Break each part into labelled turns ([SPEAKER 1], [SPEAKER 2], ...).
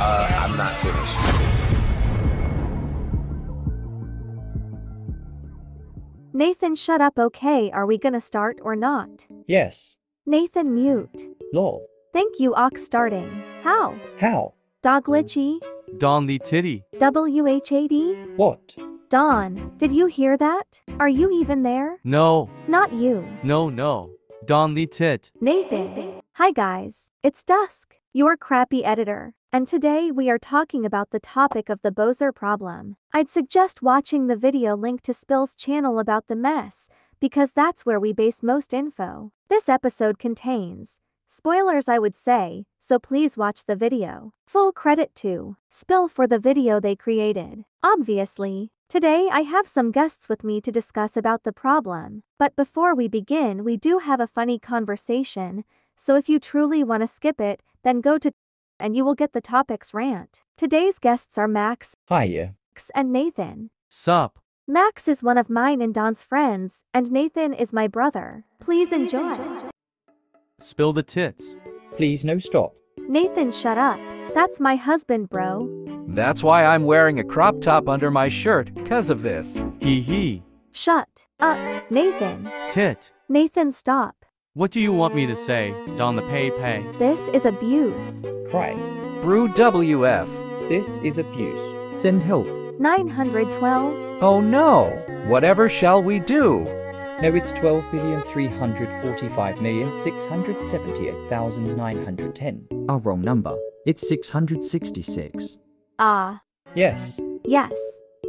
[SPEAKER 1] not finished.
[SPEAKER 2] Nathan, shut up, okay? Are we gonna start or not?
[SPEAKER 3] Yes.
[SPEAKER 2] Nathan, mute.
[SPEAKER 3] Lol.
[SPEAKER 2] Thank you, Ox, starting. How?
[SPEAKER 3] How?
[SPEAKER 2] Doglichy?
[SPEAKER 4] Don the titty.
[SPEAKER 2] WHAD?
[SPEAKER 3] What?
[SPEAKER 2] Don, did you hear that? Are you even there?
[SPEAKER 4] No,
[SPEAKER 2] Not you.
[SPEAKER 4] no, no. Don the tit.
[SPEAKER 2] Nathan. Hi guys, it's Dusk, your crappy editor, and today we are talking about the topic of the Bozer problem. I'd suggest watching the video link to Spill's channel about the mess, because that's where we base most info. This episode contains spoilers, I would say, so please watch the video. Full credit to Spill for the video they created. Obviously, Today I have some guests with me to discuss about the problem, but before we begin we do have a funny conversation, so if you truly want to skip it, then go to and you will get the topics rant. Today's guests are Max
[SPEAKER 3] Hiya.
[SPEAKER 2] and Nathan.
[SPEAKER 4] Sup.
[SPEAKER 2] Max is one of mine and Don's friends, and Nathan is my brother. Please enjoy.
[SPEAKER 4] Spill the tits.
[SPEAKER 3] Please no stop.
[SPEAKER 2] Nathan, shut up. That's my husband, bro.
[SPEAKER 1] That's why I'm wearing a crop top under my shirt, cause of this.
[SPEAKER 4] Hee hee.
[SPEAKER 2] Shut up, Nathan.
[SPEAKER 4] Tit.
[SPEAKER 2] Nathan, stop.
[SPEAKER 4] What do you want me to say, Don the pay pay?
[SPEAKER 2] This is abuse.
[SPEAKER 3] Cry.
[SPEAKER 1] Brew WF.
[SPEAKER 3] This is abuse. Send help.
[SPEAKER 2] 912.
[SPEAKER 1] Oh no! Whatever shall we do?
[SPEAKER 3] No, it's 12,345,678,910.
[SPEAKER 5] Our wrong number. It's 666.
[SPEAKER 2] Ah,
[SPEAKER 3] Yes.
[SPEAKER 2] yes.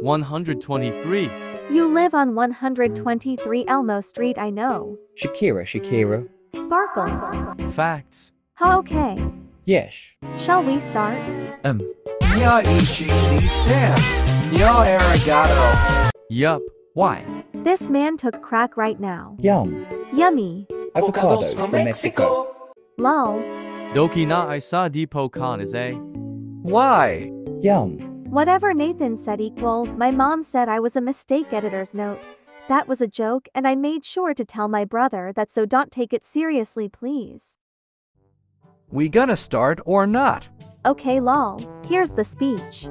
[SPEAKER 4] 123.
[SPEAKER 2] You live on 123 Elmo Street, I know.
[SPEAKER 3] Shakira, Shakira.
[SPEAKER 2] Sparkles.
[SPEAKER 4] Facts.
[SPEAKER 2] Huh, okay.
[SPEAKER 3] Yes.
[SPEAKER 2] Shall we start?
[SPEAKER 5] Um,
[SPEAKER 1] Yo Ichini Sam. Yo Arigato.
[SPEAKER 4] Yup.
[SPEAKER 3] Why?
[SPEAKER 2] This man took crack right now.
[SPEAKER 3] Yum.
[SPEAKER 2] Yummy.
[SPEAKER 3] Avocados from Mexico.
[SPEAKER 2] Lol.
[SPEAKER 4] Doki na isa di pokanas, eh?
[SPEAKER 1] Why?
[SPEAKER 3] Yum.
[SPEAKER 2] Whatever Nathan said equals my mom said I was a mistake editor's note. That was a joke, and I made sure to tell my brother that so don't take it seriously, please.
[SPEAKER 1] We gonna start or not?
[SPEAKER 2] Okay, lol. Here's the speech.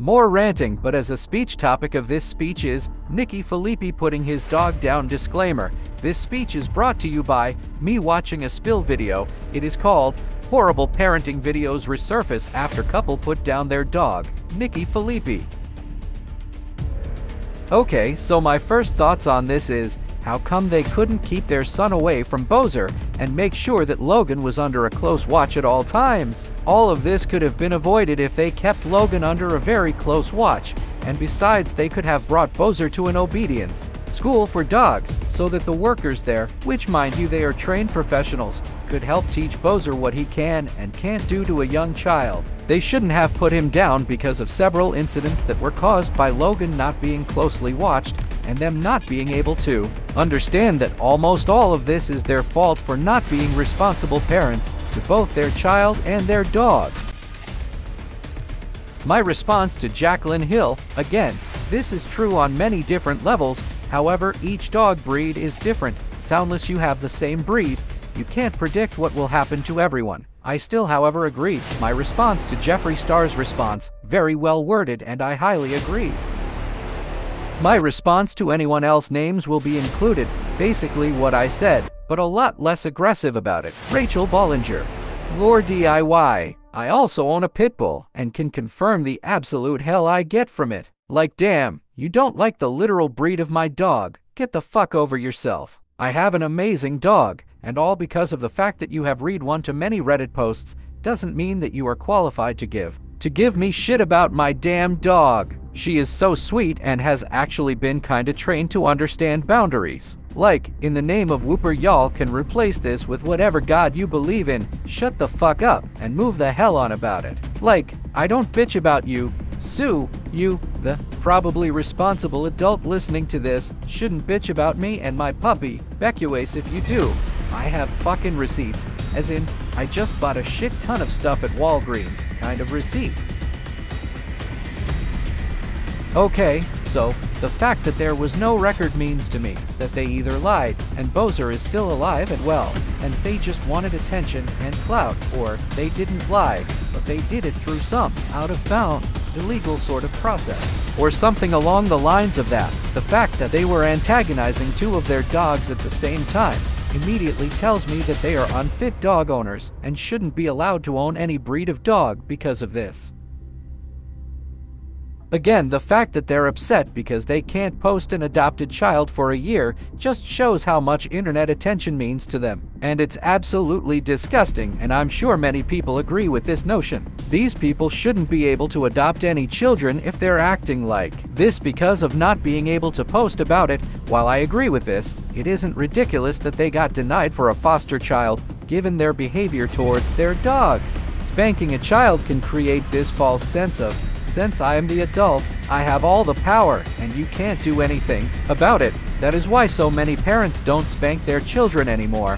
[SPEAKER 1] More ranting, but as a speech topic of this speech is Nikki Filippi putting his dog down disclaimer. This speech is brought to you by me watching a spill video. It is called Horrible Parenting Videos Resurface After Couple Put Down Their Dog, Nikki Filippi. Okay, so my first thoughts on this is how come they couldn't keep their son away from Bozer and make sure that Logan was under a close watch at all times? All of this could have been avoided if they kept Logan under a very close watch, and besides, they could have brought Bozer to an obedience school for dogs so that the workers there, which mind you they are trained professionals, could help teach Bozer what he can and can't do to a young child. They shouldn't have put him down because of several incidents that were caused by Logan not being closely watched and them not being able to. Understand that almost all of this is their fault for not being responsible parents to both their child and their dog. My response to Jacqueline Hill again, this is true on many different levels, however, each dog breed is different. Soundless, you have the same breed. You can't predict what will happen to everyone. I still, however, agree. My response to Jeffree Star's response, very well worded, and I highly agree. My response to anyone else names will be included, basically what I said, but a lot less aggressive about it. Rachel Bollinger. Lore DIY. I also own a pit bull and can confirm the absolute hell I get from it. Like damn, you don't like the literal breed of my dog. Get the fuck over yourself. I have an amazing dog, and all because of the fact that you have read one to many Reddit posts doesn't mean that you are qualified to give. To give me shit about my damn dog. She is so sweet and has actually been kinda trained to understand boundaries. Like, in the name of Whooper, y'all can replace this with whatever god you believe in, shut the fuck up, and move the hell on about it. Like, I don't bitch about you, sue you, the probably responsible adult listening to this, shouldn't bitch about me and my puppy, Becuase if you do. I have fucking receipts, as in, I just bought a shit ton of stuff at Walgreens, kind of receipt. Okay, so, the fact that there was no record means to me that they either lied, and Bozer is still alive and well, and they just wanted attention and clout, or they didn't lie, but they did it through some out of bounds, illegal sort of process. Or something along the lines of that. The fact that they were antagonizing two of their dogs at the same time immediately tells me that they are unfit dog owners and shouldn't be allowed to own any breed of dog because of this. Again, the fact that they're upset because they can't post an adopted child for a year just shows how much internet attention means to them. And it's absolutely disgusting, and I'm sure many people agree with this notion. These people shouldn't be able to adopt any children if they're acting like this because of not being able to post about it. While I agree with this, it isn't ridiculous that they got denied for a foster child given their behavior towards their dogs. Spanking a child can create this false sense of since I am the adult, I have all the power, and you can't do anything about it. That is why so many parents don't spank their children anymore.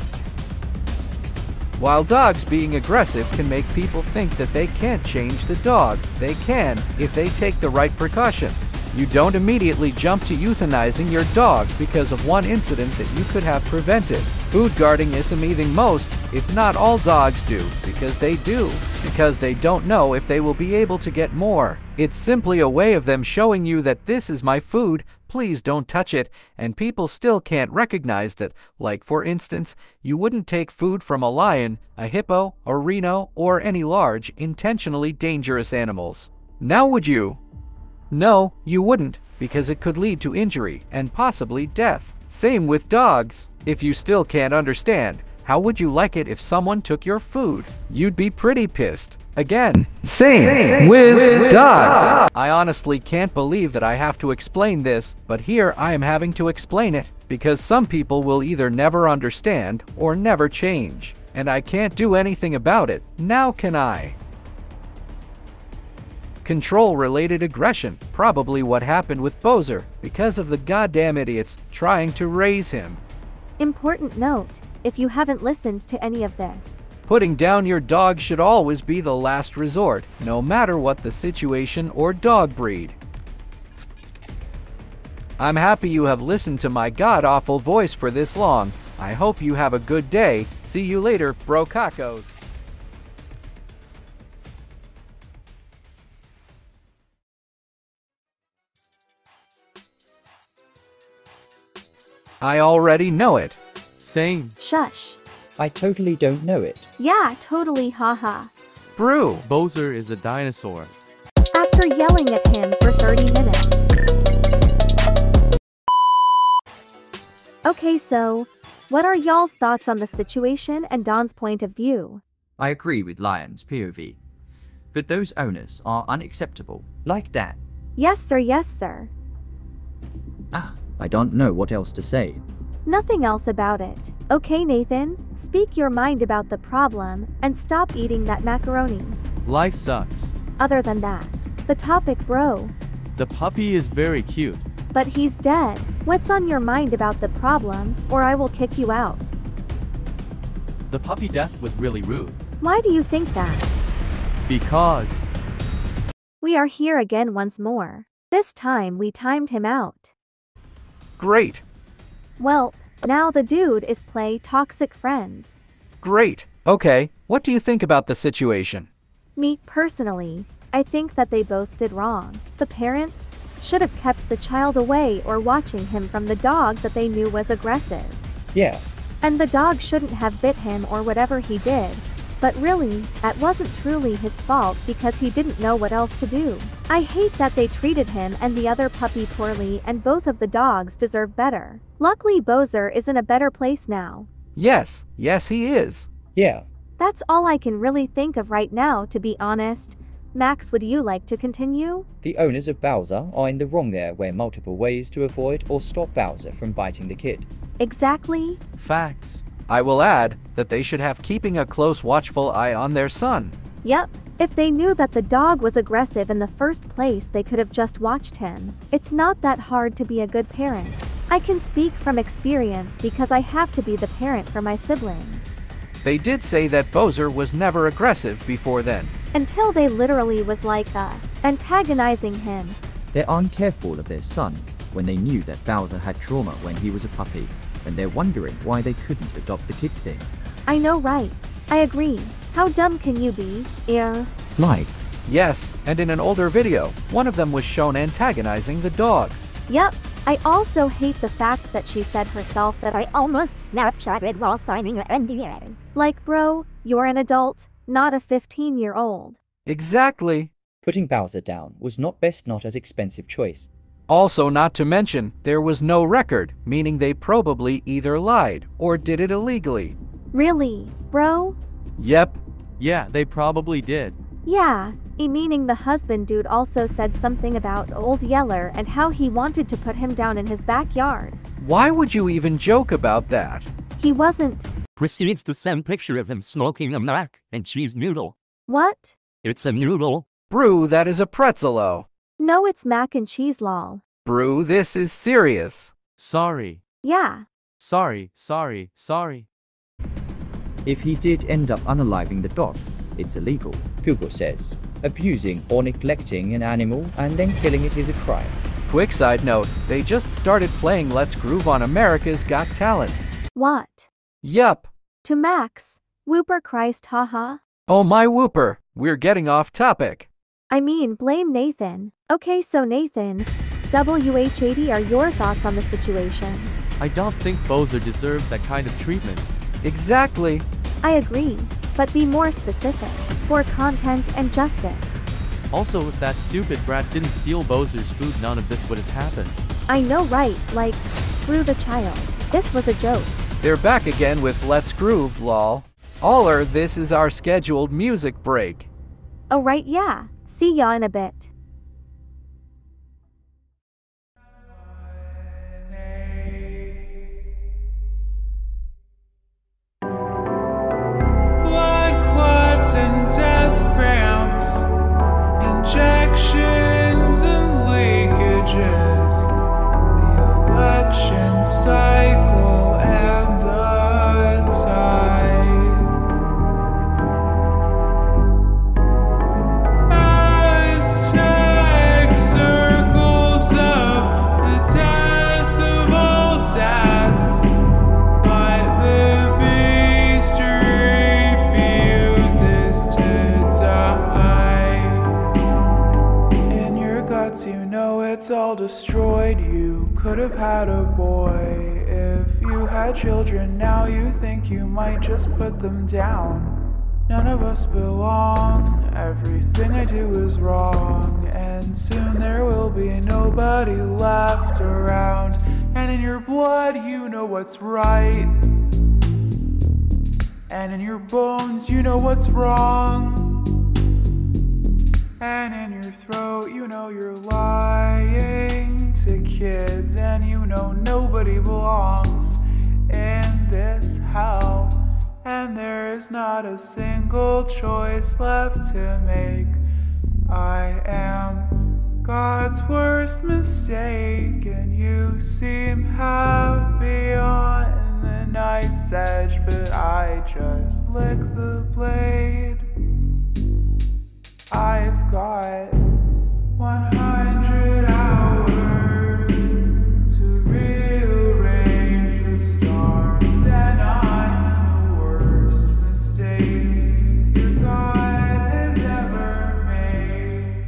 [SPEAKER 1] While dogs being aggressive can make people think that they can't change the dog, they can if they take the right precautions. You don't immediately jump to euthanizing your dog because of one incident that you could have prevented. Food guarding is something most, if not all dogs do, because they do, because they don't know if they will be able to get more. It's simply a way of them showing you that this is my food, please don't touch it, and people still can't recognize that. Like, for instance, you wouldn't take food from a lion, a hippo, a rhino, or any large, intentionally dangerous animals. Now, would you? No, you wouldn't, because it could lead to injury and possibly death. Same with dogs. If you still can't understand, how would you like it if someone took your food? You'd be pretty pissed. Again, same, with, dogs. I honestly can't believe that I have to explain this, but here I am having to explain it because some people will either never understand or never change, and I can't do anything about it. Now can I? Control related aggression, probably what happened with Bozer because of the goddamn idiots trying to raise him.
[SPEAKER 2] Important note if you haven't listened to any of this,
[SPEAKER 1] Putting down your dog should always be the last resort, no matter what the situation or dog breed. I'm happy you have listened to my god awful voice for this long. I hope you have a good day. See you later, bro cacos. I already know it.
[SPEAKER 4] Same.
[SPEAKER 2] shush.
[SPEAKER 5] I totally don't know it.
[SPEAKER 2] Yeah, totally, haha.
[SPEAKER 1] Brew.
[SPEAKER 4] Bozer is a dinosaur.
[SPEAKER 2] After yelling at him for 30 minutes. Okay, so, what are y'all's thoughts on the situation and Don's point of view?
[SPEAKER 3] I agree with Lion's POV. But those owners are unacceptable, like that.
[SPEAKER 2] Yes, sir, yes, sir.
[SPEAKER 5] Ah, I don't know what else to say.
[SPEAKER 2] Nothing else about it. Okay, Nathan, speak your mind about the problem and stop eating that macaroni.
[SPEAKER 4] Life sucks.
[SPEAKER 2] Other than that, the topic, bro.
[SPEAKER 4] The puppy is very cute.
[SPEAKER 2] But he's dead. What's on your mind about the problem, or I will kick you out?
[SPEAKER 4] The puppy death was really rude.
[SPEAKER 2] Why do you think that?
[SPEAKER 4] Because
[SPEAKER 2] We are here again once more. This time we timed him out.
[SPEAKER 1] Great.
[SPEAKER 2] Well, now the dude is play toxic friends.
[SPEAKER 1] Great. Okay, what do you think about the situation?
[SPEAKER 2] Me, personally, I think that they both did wrong. The parents should have kept the child away or watching him from the dog that they knew was aggressive.
[SPEAKER 5] Yeah,
[SPEAKER 2] And the dog shouldn't have bit him or whatever he did. But really, that wasn't truly his fault because he didn't know what else to do. I hate that they treated him and the other puppy poorly, and both of the dogs deserve better. Luckily, Bozer is in a better place now.
[SPEAKER 1] Yes, yes, he is.
[SPEAKER 5] yeah.
[SPEAKER 2] That's all I can really think of right now, to be honest. Max, would you like to continue?
[SPEAKER 5] The owners of Bowser are in the wrong there were multiple ways to avoid or stop Bowser from biting the kid.
[SPEAKER 2] Exactly.
[SPEAKER 4] facts.
[SPEAKER 1] I will add that they should have keeping a close watchful eye on their son.
[SPEAKER 2] Yep. If they knew that the dog was aggressive in the first place, they could have just watched him. It's not that hard to be a good parent. I can speak from experience because I have to be the parent for my siblings.
[SPEAKER 1] They did say that Bozer was never aggressive before then.
[SPEAKER 2] Until they literally was like, uh, antagonizing him,
[SPEAKER 3] They're uncareful of their son when they knew that Bowser had trauma when he was a puppy, and they're wondering why they couldn't adopt the kid thing.
[SPEAKER 2] I know, right? I agree. How dumb can you be? Er, Yeah.
[SPEAKER 3] Like,
[SPEAKER 1] Yes, and in an older video, one of them was shown antagonizing the dog.
[SPEAKER 2] Yep. I also hate the fact that she said herself that I almost Snapchatted while signing an NDA. Like, bro, you're an adult, not a 15 year old.
[SPEAKER 1] Exactly.
[SPEAKER 5] Putting Bowser down was not best not as expensive choice.
[SPEAKER 1] Also, not to mention, there was no record, meaning they probably either lied or did it illegally.
[SPEAKER 2] Really, bro?
[SPEAKER 1] Yep,
[SPEAKER 4] Yeah, they probably did.
[SPEAKER 2] Yeah, e meaning the husband dude also said something about Old Yeller and how he wanted to put him down in his backyard.
[SPEAKER 1] why would you even joke about that?
[SPEAKER 2] He wasn't.
[SPEAKER 6] proceeds to send picture of him smoking a mac and cheese noodle.
[SPEAKER 2] What?
[SPEAKER 6] It's a noodle.
[SPEAKER 1] Brew, that is a pretzelo.
[SPEAKER 2] No, it's mac and cheese lol.
[SPEAKER 1] Brew, this is serious.
[SPEAKER 4] Sorry.
[SPEAKER 2] Yeah.
[SPEAKER 4] Sorry, sorry, sorry.
[SPEAKER 3] if he did end up unaliving the dog, it's illegal.
[SPEAKER 5] Google says, abusing or neglecting an animal and then killing it is a crime.
[SPEAKER 1] Quick side note, they just started playing Let's Groove on America's Got Talent.
[SPEAKER 2] What?
[SPEAKER 1] Yup.
[SPEAKER 2] To Max. Whooper Christ, haha.
[SPEAKER 1] Oh my whooper, we're getting off topic.
[SPEAKER 2] I mean, blame Nathan. Okay, so Nathan, WH80 are your thoughts on the situation?
[SPEAKER 4] I don't think Bowser deserved that kind of treatment.
[SPEAKER 1] Exactly.
[SPEAKER 2] I agree, but be more specific for content and justice.
[SPEAKER 4] Also, if that stupid brat didn't steal Bowser's food, none of this would have happened.
[SPEAKER 2] I know, right? Like, screw the child. This was a joke.
[SPEAKER 1] They're back again with Let's Groove, lol. Aller, this is our scheduled music break.
[SPEAKER 2] Oh, right, yeah. See ya in a bit.
[SPEAKER 7] blood clots and death cramps, injections and leakages, the election cycle and the tides. Aztec circles of the death of all deaths. But the beast refuses to die. In your guts, you know it's all destroyed. You could have had a boy if you had children. Now you think you might just put them down. None of us belong, everything I do is wrong, and soon there will be nobody left around. And in your blood, you know what's right, and in your bones, you know what's wrong, and in your throat, you know you're lying to kids, and you know nobody belongs in this hell. And there is not a single choice left to make. I am God's worst mistake, and you seem happy on the knife's edge, but I just lick the blade. I've got 100 hours to rearrange the stars, and I'm the worst mistake your God has ever made.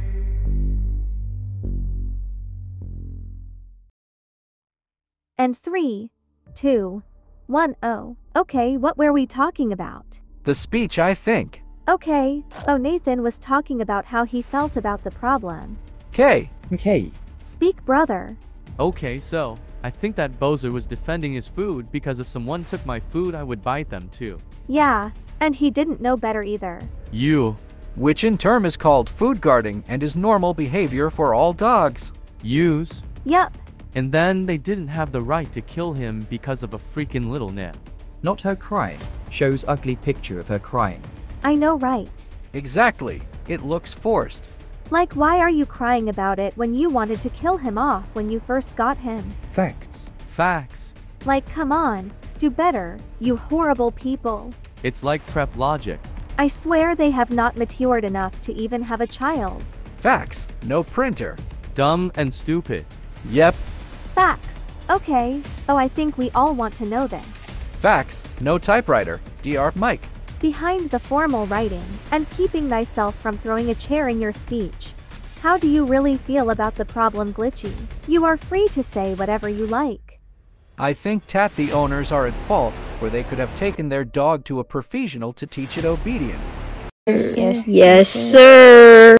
[SPEAKER 2] And three, two, one, oh. Okay, what were we talking about?
[SPEAKER 1] The speech, I think.
[SPEAKER 2] Okay, oh, Nathan was talking about how he felt about the problem.
[SPEAKER 1] K.
[SPEAKER 5] Okay,
[SPEAKER 2] Speak, brother.
[SPEAKER 4] Okay, so, I think that Bowser was defending his food because if someone took my food, I would bite them too.
[SPEAKER 2] Yeah, and he didn't know better either.
[SPEAKER 4] You.
[SPEAKER 1] which in turn is called food guarding and is normal behavior for all dogs.
[SPEAKER 4] Use.
[SPEAKER 2] Yup,
[SPEAKER 4] And then they didn't have the right to kill him because of a freaking little nip.
[SPEAKER 3] Not her crying. Shows ugly picture of her crying.
[SPEAKER 2] I know, right?
[SPEAKER 1] Exactly, it looks forced.
[SPEAKER 2] Like, why are you crying about it when you wanted to kill him off when you first got him?
[SPEAKER 5] facts.
[SPEAKER 4] Facts.
[SPEAKER 2] Like, come on, do better, you horrible people.
[SPEAKER 4] It's like prep logic.
[SPEAKER 2] I swear they have not matured enough to even have a child.
[SPEAKER 1] Facts, no printer.
[SPEAKER 4] Dumb and stupid.
[SPEAKER 1] Yep,
[SPEAKER 2] Facts. Okay. Oh, I think we all want to know this.
[SPEAKER 1] facts, no typewriter, DR Mike.
[SPEAKER 2] Behind the formal writing, and keeping thyself from throwing a chair in your speech. How do you really feel about the problem glitchy? You are free to say whatever you like.
[SPEAKER 1] I think Tat the owners are at fault, for they could have taken their dog to a professional to teach it obedience.
[SPEAKER 8] Yes, sir.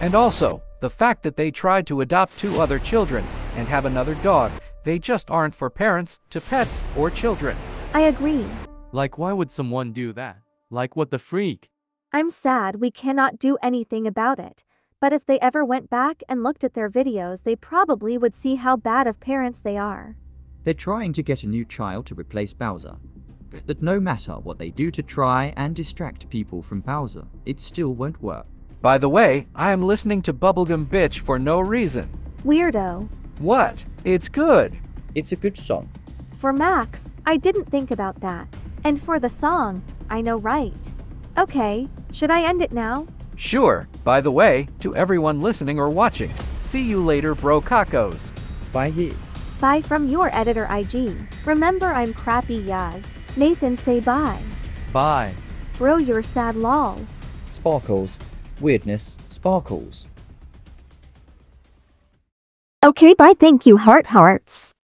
[SPEAKER 1] And also, the fact that they tried to adopt two other children and have another dog, they just aren't for parents to pets or children.
[SPEAKER 2] I agree.
[SPEAKER 4] Like, why would someone do that? Like, what the freak?
[SPEAKER 2] I'm sad we cannot do anything about it. But if they ever went back and looked at their videos, they probably would see how bad of parents they are.
[SPEAKER 3] They're trying to get a new child to replace Bowser. That no matter what they do to try and distract people from Bowser, it still won't work.
[SPEAKER 1] By the way, I am listening to Bubblegum Bitch for no reason.
[SPEAKER 2] Weirdo.
[SPEAKER 1] What? It's good.
[SPEAKER 5] It's a good song.
[SPEAKER 2] For Max, I didn't think about that. And for the song, I know right. Okay, should I end it now?
[SPEAKER 1] Sure. By the way, to everyone listening or watching, see you later, bro cacos.
[SPEAKER 5] Bye here.
[SPEAKER 2] Bye from your editor IG. Remember I'm crappy Yaz. Nathan say bye.
[SPEAKER 4] Bye.
[SPEAKER 2] Bro you're sad lol.
[SPEAKER 5] Sparkles. Weirdness. Sparkles.
[SPEAKER 2] Okay bye thank you heart hearts.